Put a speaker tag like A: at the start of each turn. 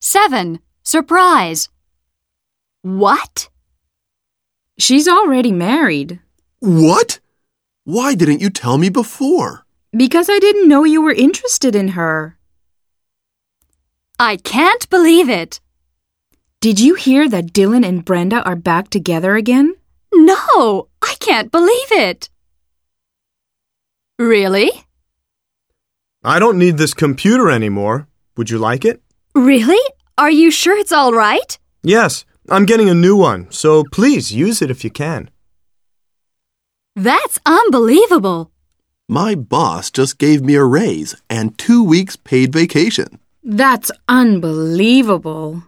A: 7. Surprise. What?
B: She's already married.
C: What? Why didn't you tell me before?
B: Because I didn't know you were interested in her.
A: I can't believe it.
B: Did you hear that Dylan and Brenda are back together again?
A: No, I can't believe it. Really?
D: I don't need this computer anymore. Would you like it?
A: Really? Are you sure it's all right?
D: Yes, I'm getting a new one, so please use it if you can.
A: That's unbelievable.
C: My boss just gave me a raise and two weeks paid vacation.
B: That's unbelievable.